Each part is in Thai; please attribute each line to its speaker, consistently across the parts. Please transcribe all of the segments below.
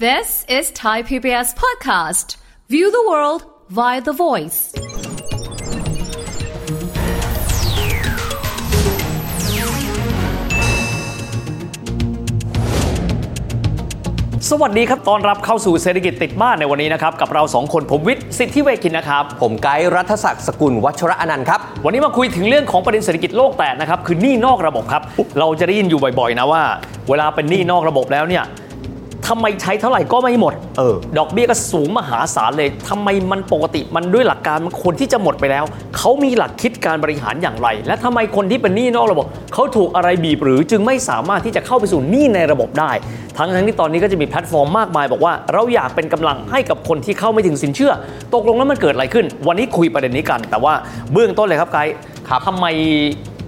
Speaker 1: This is Thai PBS Podcast. View the world via the voice.
Speaker 2: สวัสดีครับ ตอนรับเข้าสู่เศรษฐกิจติดบ้านในวันนี้นะครับ กับเรา 2 คนผมวิทย์สิทธิเวคินนะครับ
Speaker 3: ผมไกด์รัฐศักดิ์สกุลวัชระอนันต์ครับ
Speaker 2: วันนี้มาคุยถึงเรื่องของประเด็นเศรษฐกิจโลกแตกนะครับ คือหนี้นอกระบบครับ เราจะได้ยินอยู่บ่อยๆ นะว่า เวลาเป็นหนี้นอกระบบแล้วเนี่ยทำไมใช้เท่าไหร่ก็ไม่หมด
Speaker 3: เออ
Speaker 2: ดอกเบี้ยก็สูงมหาศาลเลยทำไมมันปกติมันด้วยหลักการมันคนที่จะหมดไปแล้ว เขามีหลักคิดการบริหารอย่างไร และทำไมคนที่เป็นหนี้นอกระบบเขาถูกอะไรบีบหรือจึงไม่สามารถที่จะเข้าไปสู่หนี้ในระบบได้ ทั้งทั้งๆที่ตอนนี้ก็จะมีแพลตฟอร์มมากมาย บอกว่าเราอยากเป็นกำลังให้กับคนที่เข้าไม่ถึงสินเชื่อ ตกลงแล้วมันเกิดอะไรขึ้น วันนี้คุยประเด็นนี้กัน แต่ว่าเบื้องต้นเลยครับไกด์
Speaker 3: ครับ
Speaker 2: ทำไม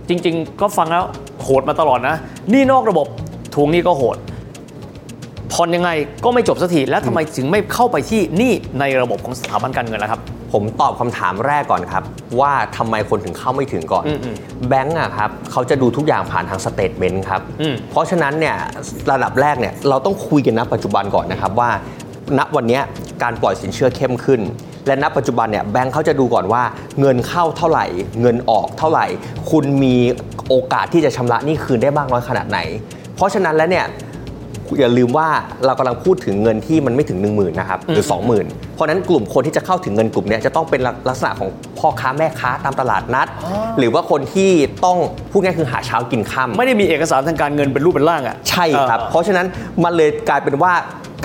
Speaker 2: จริง ๆ ก็ฟังแล้วโหดมาตลอดนะหนี้นอกระบบทวงหนี้ก็โหด ผ่อนยังไงก็ไม่จบสักที แล้วทำไมถึงไม่เข้าไปที่หนี่ในระบบของสถาบันการเงินล่ะครับ
Speaker 3: ผมตอบคำถามแรกก่อนครับ ว่าทำไมคนถึงเข้าไม่ถึงก่อน
Speaker 2: อืมอืม
Speaker 3: แบงก์อะครับเขาจะดูทุกอย่างผ่านทางสเตทเมนต์ครับ
Speaker 2: อืม
Speaker 3: เพราะฉะนั้นเนี่ยระดับแรกเนี่ยเราต้องคุยกันณปัจจุบันก่อนนะครับว่า ณวันเนี้ยการปล่อยสินเชื่อเข้มขึ้น และณปัจจุบันเนี่ยแบงก์เขาจะดูก่อนว่าเงินเข้าเท่าไหร่ เงินออกเท่าไหร่ คุณมีโอกาสที่จะชำระหนี้คืนได้มากน้อยขนาดไหน เพราะฉะนั้นแล้วเนี่ย อย่าลืมว่าเรากำลังพูดถึงเงินที่มันไม่ถึง 1 0,000นะครับหรือ 20,000 เพราะฉะนั้นกลุ่มคนที่จะเข้าถึงเงินกลุ่มเนี้ยจะต้องเป็นลักษณะของพ่อค้าแม่ค้าตามตลาดนัด หรือว่าคนที่ต้องพูดง่ายคือหาเช้ากินค่ำ
Speaker 2: ไม่ได้มีเอกสารทางการเงินเป็นรูปเป็นร่างอ่ะ
Speaker 3: ใช่ครับ
Speaker 2: เออ
Speaker 3: เพราะฉะนั้นมันเลยกลายเป็นว่า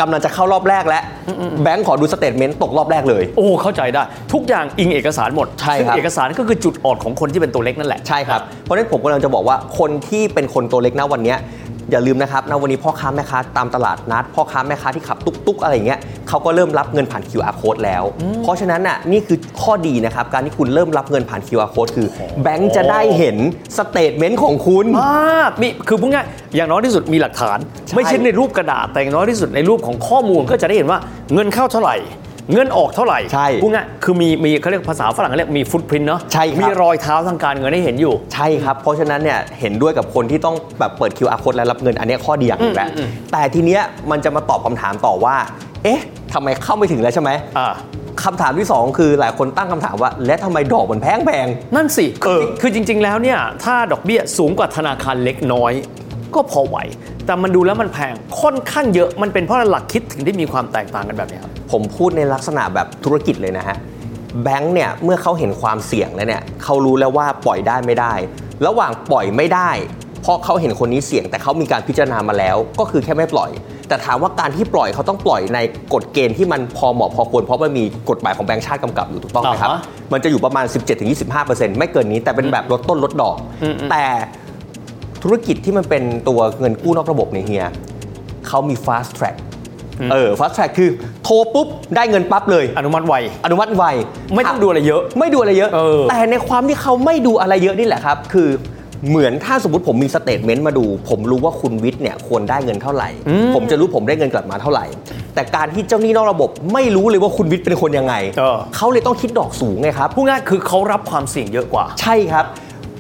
Speaker 3: กำลังจะเข้ารอบแรกแล้วแบงก์ขอดูสเตทเมนต์ตกรอบแรกเลย
Speaker 2: โอ้เข้าใจได้ ทุกอย่างอิงเอกสารหมด
Speaker 3: ใช่
Speaker 2: ซึ่ง
Speaker 3: ครับ
Speaker 2: เอกสารก็คือจุดอ่อนของคนที่เป็นตัวเล็กนั่นแหละ
Speaker 3: ใช่ครับ เพราะฉะนั้นผมกำลังจะบอกว่าคนที่เป็นคนตัวเล็กนะวันเนี้ยอย่าลืมนะครับนะวันนี้พ่อค้าแม่ค้าตามตลาดนัด พ่อค้าแม่ค้าที่ขับตุ๊กๆ อะไรอย่างเงี้ยเขาก็เริ่มรับเงินผ่าน QR code แล้ว เพราะฉะนั้นน่ะนี่คือข้อดีนะครับ การที่คุณเริ่มรับเงินผ่าน QR code คือ แบงค์จะได้เห็นสเตทเมนต์ของคุณ
Speaker 2: มากมีคือพูดง่ายอย่างน้อยที่สุดมีหลักฐาน
Speaker 3: ใช่
Speaker 2: ไม่ใช่ในรูปกระดาษแต่อย่างน้อยที่สุดในรูปของข้อมูลก็จะได้เห็นว่าเงินเข้าเท่าไหร่ เงินออกเท่าไหร่
Speaker 3: ใช่
Speaker 2: พูดง่ายคือมีมีเขาเรียกภาษาฝรั่งเรียกมีฟุตพิ้นเนาะ
Speaker 3: ใช่ครับ
Speaker 2: มีรอยเท้าทางการเงินให้เห็นอยู่
Speaker 3: ใช่ครับ เพราะฉะนั้นเนี่ยเห็นด้วยกับคนที่ต้องแบบเปิด QR code แล้วรับเงินอันเนี้ยข้อดีอย่างหนึงแหละแต่ทีเนี้ยมันจะมาตอบคำถามต่อว่า เอ๊ะทำไมเข้าไม่ถึงแล้วใช่ไหม
Speaker 2: อ่า
Speaker 3: คำถามที่ 2 คือหลายคนตั้งคำถามว่า และทำไมดอกมันแพงแพง
Speaker 2: นั่นสิ
Speaker 3: เออ
Speaker 2: คือจริง ๆ แล้วเนี่ย ถ้าดอกเบี้ยสูงกว่าธนาคารเล็กน้อย ก็พอไหว แต่มันดูแล้วมันแพงค่อนข้างเยอะมันเป็นเพราะหลักคิดถึงได้มีความแตกต่างกันแบบเนี้ยครับ
Speaker 3: ผมพูดในลักษณะแบบธุรกิจเลยนะฮะ แบงค์เนี่ย เมื่อเขาเห็นความเสี่ยงแล้วเนี่ยเขารู้แล้วว่าปล่อยได้ไม่ได้ ระหว่างปล่อยไม่ได้ เพราะเขาเห็นคนนี้เสี่ยง แต่เขามีการพิจารณามาแล้ว ก็คือแค่ไม่ปล่อย แต่ถามว่าการที่ปล่อยเขาต้องปล่อยในกฎเกณฑ์ที่มันพอเหมาะพอควรเพราะมันมีกฎหมายของแบงค์ชาติกำกับอยู่ถูกต้องไหมครับ
Speaker 2: อ่าฮะ
Speaker 3: มันจะอยู่ประมาณ 17-25%ไม่เกินนี้แต่เป็นแบบลดต้นลดดอก แต่ ธุรกิจที่มันเป็นตัวเงินกู้นอกระบบเนี่ยเฮียเขามี fast track เออ fast track คือโทรปุ๊บ ได้เงินปั๊บเลย
Speaker 2: อนุมัติไว
Speaker 3: อนุมัติไว
Speaker 2: ไม่ต้องดูอะไรเยอะ
Speaker 3: ไม่ดูอะไรเยอะ
Speaker 2: เออ
Speaker 3: แต่ในความที่เขาไม่ดูอะไรเยอะนี่แหละครับ คือเหมือนถ้าสมมติผมมีสเตทเมนต์มาดู ผมรู้ว่าคุณวิทย์เนี่ยควรได้เงินเท่าไหร่ ผมจะรู้ผมได้เงินกลับมาเท่าไหร่ แต่การที่เจ้าหนี้นอกระบบไม่รู้เลยว่าคุณวิทย์เป็นคนยังไงเขาเลยต้องคิดดอกสูงไงครับ
Speaker 2: พูดง่ายคือเขารับความเสี่ยงเยอะกว่า
Speaker 3: ใช่ครับ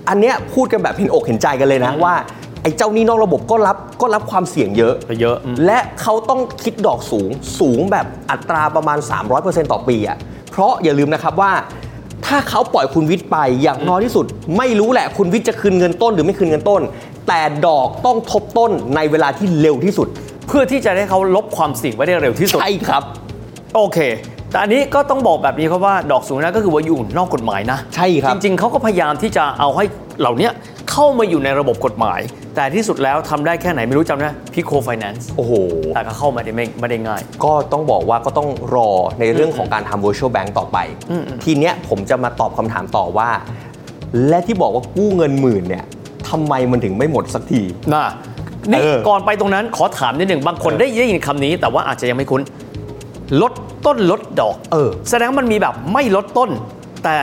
Speaker 3: อันเนี้ยพูดกันแบบเห็นอกเห็นใจกันเลยนะว่าไอ้เจ้าหนี้นอกระบบก็รับก็รับความเสี่ยงเยอะ
Speaker 2: เยอะอืม
Speaker 3: และเขาต้องคิดดอกสูงสูงแบบอัตราประมาณ 300%ต่อปีอ่ะเพราะอย่าลืมนะครับว่า ถ้าเขาปล่อยคุณวิทย์ไปอย่างน้อยที่สุด ไม่รู้แหละคุณวิทย์จะคืนเงินต้นหรือไม่คืนเงินต้น แต่ดอกต้องทบต้นในเวลาที่เร็วที่สุด
Speaker 2: เพื่อที่จะให้เขาลบความเสี่ยงไว้ได้เร็วที่สุด
Speaker 3: ใช่ครับ
Speaker 2: โอเค แต่อันนี้ก็ต้องบอกแบบนี้ครับว่าดอกสูงนะก็คือว่าอยู่นอกกฎหมายนะ
Speaker 3: ใช่ครับ
Speaker 2: จริง ๆเขาก็พยายามที่จะเอาให้เหล่าเนี้ยเข้ามาอยู่ในระบบกฎหมาย แต่ที่สุดแล้วทำได้แค่ไหนไม่รู้จำนะพิโคไฟแนนซ์
Speaker 3: โอ้โห
Speaker 2: แต่ก็เข้ามาได้ไม่ไม่ได้ง่าย
Speaker 3: ก็ต้องบอกว่าก็ต้องรอในเรื่องของการทำ virtual bank ต่อไป ทีเนี้ยผมจะมาตอบคำถามต่อว่า และที่บอกว่ากู้เงินหมื่นเนี่ยทำไมมันถึงไม่หมดสักที
Speaker 2: นะนี่
Speaker 3: เออ
Speaker 2: ก่อนไปตรงนั้นขอถามนิดหนึ่งบางคน
Speaker 3: เออ
Speaker 2: ได้ได้ยินคำนี้ แต่ว่าอาจจะยังไม่คุ้น ลดต้นลดดอก
Speaker 3: เออ
Speaker 2: แสดงว่ามันมีแบบไม่ลดต้น แต่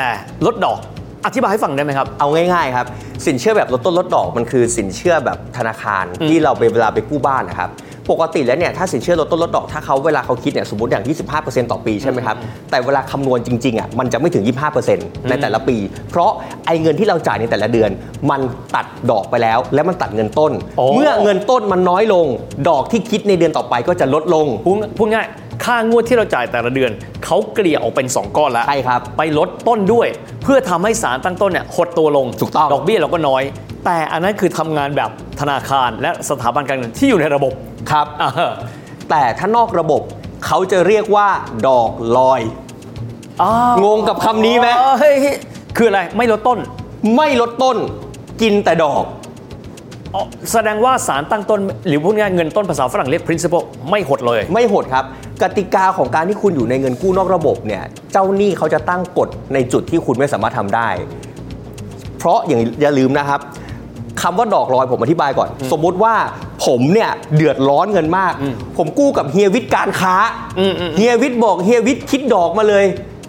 Speaker 2: ลดดอกอธิบายให้ฟังได้ไหมครับ
Speaker 3: เอาง่ายๆครับ สินเชื่อแบบลดต้นลดดอกมันคือสินเชื่อแบบธนาคารที่เราไปเวลาไปกู้บ้านนะครับ ปกติแล้วเนี่ยถ้าสินเชื่อลดต้นลดดอกถ้าเขาเวลาเขาคิดเนี่ยสมมติอย่าง 25%ต่อปีใช่ไหมครับแต่เวลาคำนวณจริงๆอ่ะมันจะไม่ถึง 25%ในแต่ละปี เพราะไอ้เงินที่เราจ่ายในแต่ละเดือน มันตัดดอกไปแล้ว และมันตัดเงินต้น
Speaker 2: โอ้
Speaker 3: เมื่อเงินต้นมันน้อยลง ดอกที่คิดในเดือนต่อไปก็จะลดลง
Speaker 2: พูดพูดง่ายค่างวดที่เราจ่ายแต่ละเดือน เขาเกลี่ยออกเป็น 2 ก้อนแล้ว
Speaker 3: ใช่ครับ
Speaker 2: ไปลดต้นด้วย เพื่อทำให้สารตั้งต้นเนี่ยหดตัวลง
Speaker 3: ถูกต้อง
Speaker 2: ดอกเบี้ยเราก็น้อย แต่อันนั้นคือทำงานแบบธนาคารและสถาบันการเงินที่อยู่ในระบบ
Speaker 3: ครับ
Speaker 2: อ่า
Speaker 3: แต่ถ้านอกระบบเขาจะเรียกว่าดอกลอย
Speaker 2: อ้าว
Speaker 3: งงกับคำนี้ไหม
Speaker 2: เฮ้ยคืออะไรไม่ลดต้น
Speaker 3: ไม่ลดต้นกินแต่ดอก
Speaker 2: อ๋อแสดงว่าสารตั้งต้น หรือพูดง่ายเงินต้นภาษาฝรั่งเรียก principal ไม่หดเลย
Speaker 3: ไม่โหดครับ กติกาของการที่คุณอยู่ในเงินกู้นอกระบบเนี่ย เจ้าหนี้เขาจะตั้งกฎในจุดที่คุณไม่สามารถทำได้ เพราะอย่างอย่าลืมนะครับคำว่าดอกลอยผมอธิบายก่อน สมมุติว่าผมเนี่ยเดือดร้อนเงินมาก ผมกู้กับเฮียวิทย์การค้า
Speaker 2: อืมอืม
Speaker 3: เฮียวิทย์บอกเฮียวิทย์คิดดอกมาเลย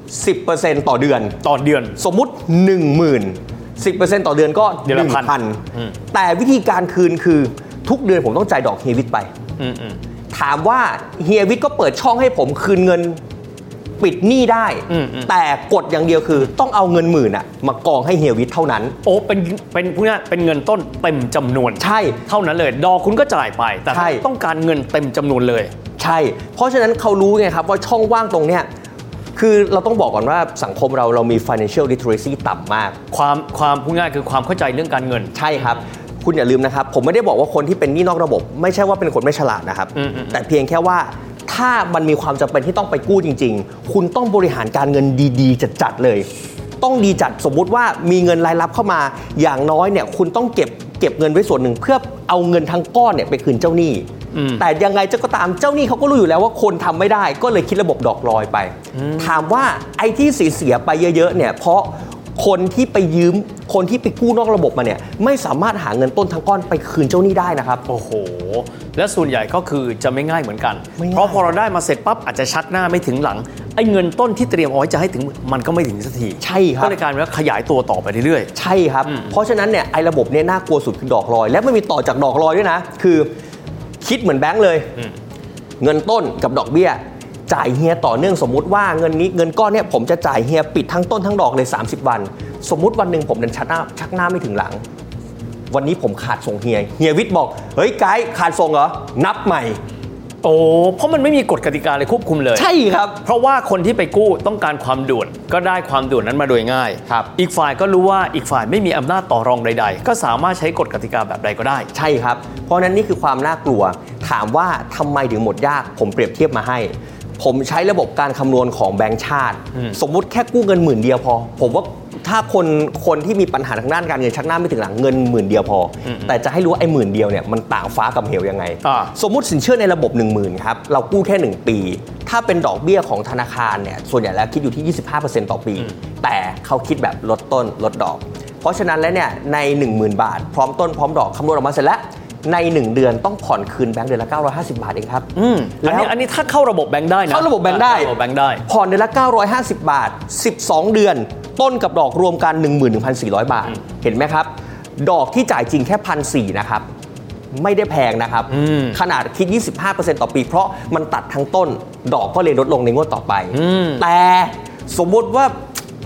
Speaker 3: 10%ต่อเดือน
Speaker 2: ต่อเดือน
Speaker 3: สมมุติ 10,000 10%ต่อเดือนก็
Speaker 2: เดือนละพันอืม
Speaker 3: 1,000แต่วิธีการคืนคือทุกเดือนผมต้องจ่ายดอกเฮียวิทย์ไป
Speaker 2: อืมอืม
Speaker 3: ถามว่าเฮียวิทย์ก็เปิดช่องให้ผมคืนเงินปิดหนี้ได้
Speaker 2: อืมอืม
Speaker 3: แต่กฎอย่างเดียวคือต้องเอาเงินหมื่นอะมากองให้เฮียวิทย์เท่านั้น
Speaker 2: โอ้เป็นเป็นพูดง่ายเป็นเงินต้นเต็มจำนวน
Speaker 3: ใช่
Speaker 2: เท่านั้นเลย ดอกคุณก็จ่ายไป แต่
Speaker 3: ใช่
Speaker 2: ถ้าต้องการเงินเต็มจำนวนเลย
Speaker 3: ใช่ เพราะฉะนั้นเขารู้ไงครับว่าช่องว่างตรงเนี้ยคือเราต้องบอกก่อนว่าสังคมเราเรามี financial literacy ต่ำมาก
Speaker 2: ความความพูดง่ายคือความเข้าใจเรื่องการเงิน
Speaker 3: ใช่ครับ คุณอย่าลืมนะครับ ผมไม่ได้บอกว่าคนที่เป็นหนี้นอกระบบ ไม่ใช่ว่าเป็นคนไม่ฉลาดนะครับ
Speaker 2: อืมอืม
Speaker 3: แต่เพียงแค่ว่าถ้ามันมีความจำเป็นที่ต้องไปกู้จริง ๆ คุณต้องบริหารการเงินดีๆจัดๆเลย ต้องดีจัดสมมุติว่ามีเงินรายรับเข้ามา อย่างน้อยเนี่ยคุณต้องเก็บเก็บเงินไว้ส่วนหนึ่ง เพื่อเอาเงินทั้งก้อนเนี่ยไปคืนเจ้าหนี้ แต่ยังไงเจ้าก็ตามเจ้าหนี้เขาก็รู้อยู่แล้วว่าคนทำไม่ได้ก็เลยคิดระบบดอกลอยไป ถามว่าไอ้ที่เสียๆไปเยอะๆเนี่ยเพราะ คนที่ไปยืม คนที่ไปกู้นอกระบบมาเนี่ย ไม่สามารถหาเงินต้นทั้งก้อนไปคืนเจ้าหนี้ได้นะครับ
Speaker 2: โอ้โห และส่วนใหญ่ก็คือจะไม่ง่ายเหมือนกัน
Speaker 3: ไม่ง่าย
Speaker 2: เพราะพอเราได้มาเสร็จปั๊บอาจจะชักหน้าไม่ถึงหลัง ไอ้เงินต้นที่เตรียมเอาไว้จะให้ถึงหมื่นมันก็ไม่ถึงสักที
Speaker 3: ใช่ครั
Speaker 2: ก็
Speaker 3: บ
Speaker 2: เลยกลารว่าขยายตัวต่อไปเรื่อย
Speaker 3: ใช่ครับ เพราะฉะนั้นเนี่ยไอ้ระบบเนี่ยน่ากลัวสุดคือดอกลอย และไม่มีต่อจากดอกลอยด้วยนะ คือคิดเหมือนแบงก์เลย
Speaker 2: อืม
Speaker 3: เงินต้นกับดอกเบี้ย จ่ายเฮียต่อเนื่องสมมุติว่าเงินนี้เงินก้อนเนี่ยผมจะจ่ายเฮียปิดทั้งต้นทั้งดอกเลย 30 วัน สมมุติวันหนึ่งผมเดินชักหน้าชักหน้าไม่ถึงหลัง วันนี้ผมขาดส่งเฮียเฮียวิทย์บอกเฮ้ยไกด์ขาดส่งเหรอนับใหม่
Speaker 2: ๆ โอ้เพราะมันไม่มีกฎกติกาอะไรควบคุมเลย
Speaker 3: ใช่ครับ
Speaker 2: เพราะว่าคนที่ไปกู้ต้องการความด่วนก็ได้ความด่วนนั้นมาโดยง่าย
Speaker 3: ครับ
Speaker 2: อีกฝ่ายก็รู้ว่าอีกฝ่ายไม่มีอำนาจต่อรองใด ๆ ก็สามารถใช้กฎกติกาแบบใดก็ได้
Speaker 3: ใช่ครับ เพราะฉะนั้นนี่คือความน่ากลัว ถามว่าทำไมถึงหมดยาก ผมเปรียบเทียบมาให้ ผมใช้ระบบการคำนวณของแบงก์ชาติ สมมุติแค่กู้เงินหมื่นเดียวพอ ผมว่าถ้าคนคนที่มีปัญหาทางด้านการเงินชักหน้าไม่ถึงหลังเงินหมื่นเดียวพออแต่จะให้รู้ว่าไอ้หมื่นเดียวเนี่ยมันต่างฟ้ากับเหวยังไง
Speaker 2: อ่า
Speaker 3: สมมติสินเชื่อในระบบ 1 0,000ครับเรากู้แค่ 1 ปี ถ้าเป็นดอกเบี้ยของธนาคารเนี่ยส่วนใหญ่แล้วคิดอยู่ที่ 25%ต่อปี แต่เขาคิดแบบลดต้นลดดอก เพราะฉะนั้นแล้วเนี่ยใน 10,000 บาท พร้อมต้นพร้อมดอกคำนวณออกมาเสร็จแล้ว ใน 1 เดือนต้องผ่อนคืนแบงค์เดือนละ 950 บาทเองครับ
Speaker 2: อืม
Speaker 3: แล้
Speaker 2: อัน
Speaker 3: ว
Speaker 2: นี้อันนี้ถ้าเข้าระบบแบงค์ได้นะ
Speaker 3: เข้าระบบแบงค์ได้
Speaker 2: เข้าระบบแบงค์ได้
Speaker 3: ผ่อนเดือนละ 950 บาท 12 เดือน ต้นกับดอกรวมกัน 11,400 บาท เห็นไหมครับ ดอกที่จ่ายจริงแค่พันสนะครับ ไม่ได้แพงนะครับ
Speaker 2: อืม
Speaker 3: ขนาดคิด 25%ต่อปี เพราะมันตัดทั้งต้น ดอกก็เลยลดลงในงวดต่อไป แต่สมมติว่า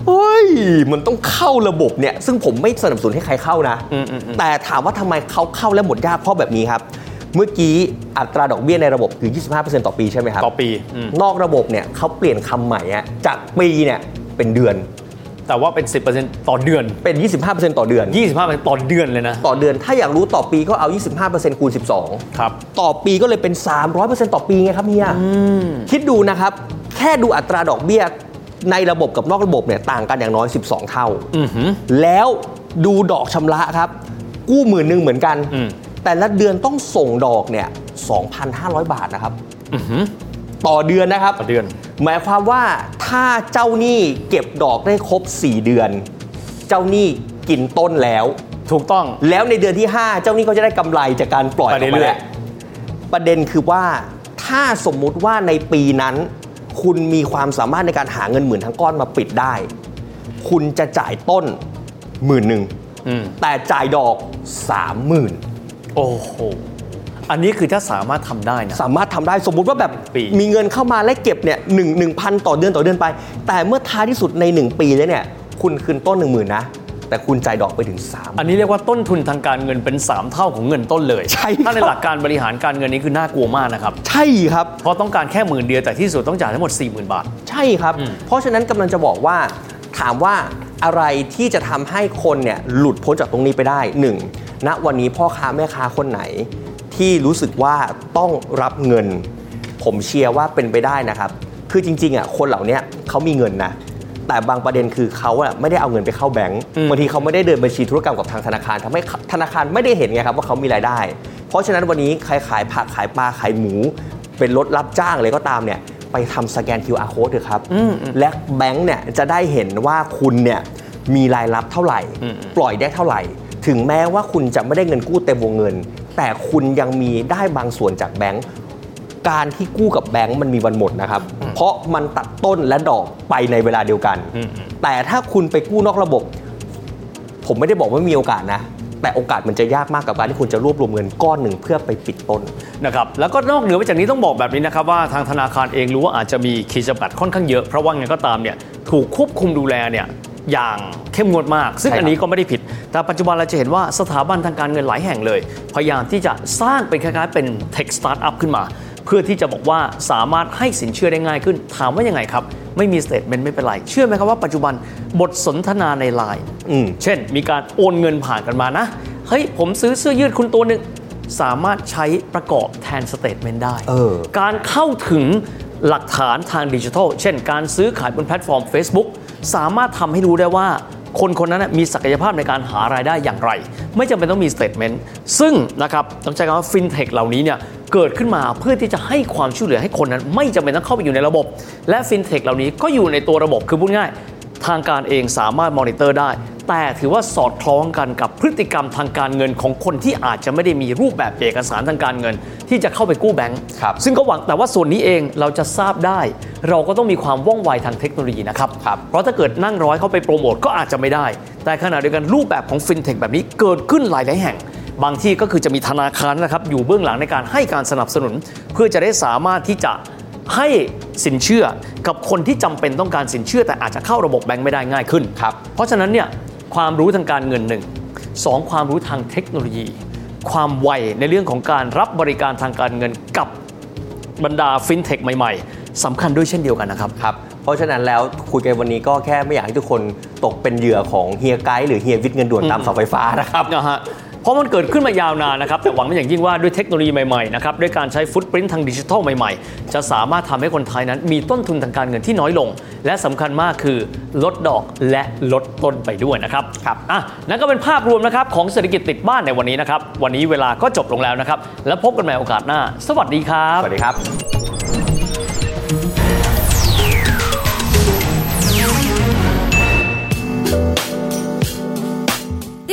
Speaker 3: เฮ้ย มันต้องเข้าระบบเนี่ย ซึ่งผมไม่สนับสนุนให้ใครเข้านะ แต่ถามว่าทำไมเขาเข้าและหมดยากเพราะแบบนี้ครับ เมื่อกี้อัตราดอกเบี้ยในระบบคือ 25%ต่อปีใช่ไหมครับ
Speaker 2: ต่อปีอืม
Speaker 3: นอกระบบเนี่ยเขาเปลี่ยนคำใหม่ฮะจากปีเนี่ยเป็นเดือน
Speaker 2: แต่ว่าเป็น 10%ต่อเดือน
Speaker 3: เป็น 25%ต่อเดือน
Speaker 2: 25%ต่อเดือนเลยนะ
Speaker 3: ต่อเดือนถ้าอยากรู้ต่อปีก็เอา 25%คูณ
Speaker 2: ครับ
Speaker 3: 12 ต่อปีก็เลยเป็น 300%ต่อปีไงครับเฮียคิดดูนะครับ แค่ดูอัตราดอกเบี้ยในระบบกับนอกระบบเนี่ยต่างกันอย่างน้อย 12 เท่า
Speaker 2: อือหือ
Speaker 3: แล้วดูดอกชำระครับ กู้หมื่นหนึ่งเหมือนกัน
Speaker 2: อืม
Speaker 3: แต่ละเดือนต้องส่งดอกเนี่ย2,500 บาทนะครับ
Speaker 2: อือหือ
Speaker 3: ต่อเดือนนะครับ
Speaker 2: ต่อเดือน
Speaker 3: หมายความว่าถ้าเจ้าหนี้เก็บดอกได้ครบ 4 เดือน เจ้าหนี้กินต้นแล้ว
Speaker 2: ถูกต้อง
Speaker 3: แล้วในเดือนที่ 5 เจ้าหนี้ก็จะได้กำไรจากการปล่อยออก
Speaker 2: ไป
Speaker 3: มา
Speaker 2: เรื่
Speaker 3: แห
Speaker 2: อย
Speaker 3: ละประเด็นคือว่าถ้าสมมุติว่าในปีนั้น คุณมีความสามารถในการหาเงินหมื่นทั้งก้อนมาปิดได้ คุณจะจ่ายต้นหมื่นหนึ่ง
Speaker 2: อืม
Speaker 3: แต่จ่ายดอกสามหมื่น
Speaker 2: โอ้โห อันนี้คือถ้าสามารถทำได้นะ
Speaker 3: สามารถทำได้สมมุติว่าแบบ
Speaker 2: ปี
Speaker 3: มีเงินเข้ามาและเก็บเนี่ยหนึ่งหนึ่งพันต่อเดือนต่อเดือนไป แต่เมื่อท้ายที่สุดใน 1 ปีแล้วเนี่ย คุณคืนต้น 1 0,000 นะ แต่คุณจ่ายดอกไปถึง 3
Speaker 2: อันนี้เรียกว่าต้นทุนทางการเงินเป็น 3 เท่าของเงินต้นเลย
Speaker 3: ใช่
Speaker 2: ถ้าใน
Speaker 3: ครับ
Speaker 2: หลักการบริหารการเงินนี้คือน่ากลัวมากนะครับ
Speaker 3: ใช่ครับ
Speaker 2: เพราะต้องการแค่หมื่นเดียวแต่ที่สุดต้องจ่ายทั้งหมด 4 0,000 บาท
Speaker 3: ใช่ครับ
Speaker 2: อืม
Speaker 3: เพราะฉะนั้นกำลังจะบอกว่าถามว่าอะไรที่จะทำให้คนเนี่ยหลุดพ้นจากตรงนี้ไปได้ 1. ณวันนี้พ่อค้าแม่ค้าคนไหน ที่รู้สึกว่าต้องรับเงิน ผมเชียร์ว่าเป็นไปได้นะครับ คือจริงๆอ่ะคนเหล่าเนี้ยเขามีเงินนะ แต่บางประเด็นคือเขาอะไม่ได้เอาเงินไปเข้าแบงก์บางทีเขาไม่ได้เดินบัญชีธุรกรรมกับทางธนาคารทำให้ธนาคารไม่ได้เห็นไงครับว่าเขามีรายได้ เพราะฉะนั้นวันนี้ใครขายผักขายปลาขายหมู เป็นรถรับจ้างอะไรก็ตามเนี่ย ไปทำสแกน QR code เถอะครับ และแบงค์เนี่ยจะได้เห็นว่าคุณเนี่ยมีรายรับเท่าไหร่ ปล่อยได้เท่าไหร่ ถึงแม้ว่าคุณจะไม่ได้เงินกู้เต็มวงเงิน แต่คุณยังมีได้บางส่วนจากแบงค์ การที่กู้กับแบงก์มันมีวันหมดนะครับ เพราะมันตัดต้นและดอกไปในเวลาเดียวกัน แต่ถ้าคุณไปกู้นอกระบบ ผมไม่ได้บอกว่าไม่มีโอกาสนะ แต่โอกาสมันจะยากมากกับการที่คุณจะรวบรวมเงินก้อนหนึ่งเพื่อไปปิดต้น
Speaker 2: นะครับแล้วก็นอกเหนือไปจากนี้ต้องบอกแบบนี้นะครับว่าทางธนาคารเองรู้ว่าอาจจะมีขีดจำกัดค่อนข้างเยอะ เพราะว่าไงก็ตามเนี่ยถูกควบคุมดูแลเนี่ยอย่างเข้มงวดมาก ซึ่ง
Speaker 3: ใช่ครับ
Speaker 2: อันนี้ก็ไม่ได้ผิด แต่ปัจจุบันเราจะเห็นว่าสถาบันทางการเงินหลายแห่งเลย พยายามที่จะสร้างเป็นคล้ายๆเป็น tech startup ขึ้นมา เพื่อที่จะบอกว่าสามารถให้สินเชื่อได้ง่ายขึ้น ถามว่ายังไงครับ ไม่มีสเตทเมนต์ไม่เป็นไรเชื่อไหมครับว่าปัจจุบันบทสนทนาในไลน์
Speaker 3: อืม
Speaker 2: เช่นมีการโอนเงินผ่านกันมานะ เฮ้ย ผมซื้อเสื้อยืดคุณตัวหนึ่งสามารถใช้ประกอบแทนสเตทเมนต์ได้
Speaker 3: เออ
Speaker 2: การเข้าถึงหลักฐานทางดิจิทัล เช่นการซื้อขายบนแพลตฟอร์ม Facebook สามารถทำให้รู้ได้ว่า คนคนนั้นนะมีศักยภาพในการหารายได้อย่างไร ไม่จำเป็นต้องมีสเตทเมนต์ซึ่งนะครับต้องใช้คำว่าฟินเทคเหล่านี้เนี่ยเกิดขึ้นมาเพื่อที่จะให้ความช่วยเหลือให้คนนั้น ไม่จำเป็นต้องเข้าไปอยู่ในระบบ และฟินเทคเหล่านี้ก็อยู่ในตัวระบบคือพูดง่าย ทางการเองสามารถมอนิเตอร์ได้ แต่ถือว่าสอดคล้องกันกับพฤติกรรมทางการเงินของคนที่อาจจะไม่ได้มีรูปแบบเอกสารทางการเงิน ที่จะเข้าไปกู้แบงค์
Speaker 3: ครับ
Speaker 2: ซึ่งก็หวังแต่ว่าส่วนนี้เองเราจะทราบได้ เราก็ต้องมีความว่องไวทางเทคโนโลยีนะครับ
Speaker 3: ครับ
Speaker 2: เพราะถ้าเกิดนั่งร้อยเข้าไปโปรโมทก็อาจจะไม่ได้ แต่ขณะเดียวกันรูปแบบของฟินเทคแบบนี้เกิดขึ้นหลายหลายๆแห่ง บางที่ก็คือจะมีธนาคารนะครับ อยู่เบื้องหลังในการให้การสนับสนุน เพื่อจะได้สามารถที่จะให้สินเชื่อกับคนที่จำเป็นต้องการสินเชื่อ แต่อาจจะเข้าระบบแบงก์ไม่ได้ง่ายขึ้น
Speaker 3: ครับ
Speaker 2: เพราะฉะนั้นเนี่ยความรู้ทางการเงินหนึ่งสองความรู้ทางเทคโนโลยี ความไวในเรื่องของการรับบริการทางการเงินกับบรรดาฟินเทคใหม่ๆสำคัญด้วยเช่นเดียวกันนะครับ
Speaker 3: ครับ เพราะฉะนั้นแล้วคุยกันวันนี้ก็แค่ไม่อยากให้ทุกคนตกเป็นเหยื่อของเฮียไกด์หรือเฮียวิทย์เงินด่วนตามเสาไฟฟ้านะครับ
Speaker 2: นะฮะเพราะมันเกิดขึ้นมายาวนานนะครับ แต่หวังเป็นอย่างยิ่งว่าด้วยเทคโนโลยีใหม่ๆนะครับด้วยการใช้ฟุตปรินท์ทางดิจิทัลใหม่ๆ จะสามารถทำให้คนไทยนั้นมีต้นทุนทางการเงินที่น้อยลง และสำคัญมากคือลดดอกและลดต้นไปด้วยนะครับ
Speaker 3: ครับ
Speaker 2: อ่ะนั่นก็เป็นภาพรวมนะครับของเศรษฐกิจติดบ้านในวันนี้นะครับ วันนี้เวลาก็จบลงแล้วนะครับ แล้วพบกันใหม่โอกาสหน้า สวัสดีครับ
Speaker 3: สวัสดีครับ
Speaker 4: ต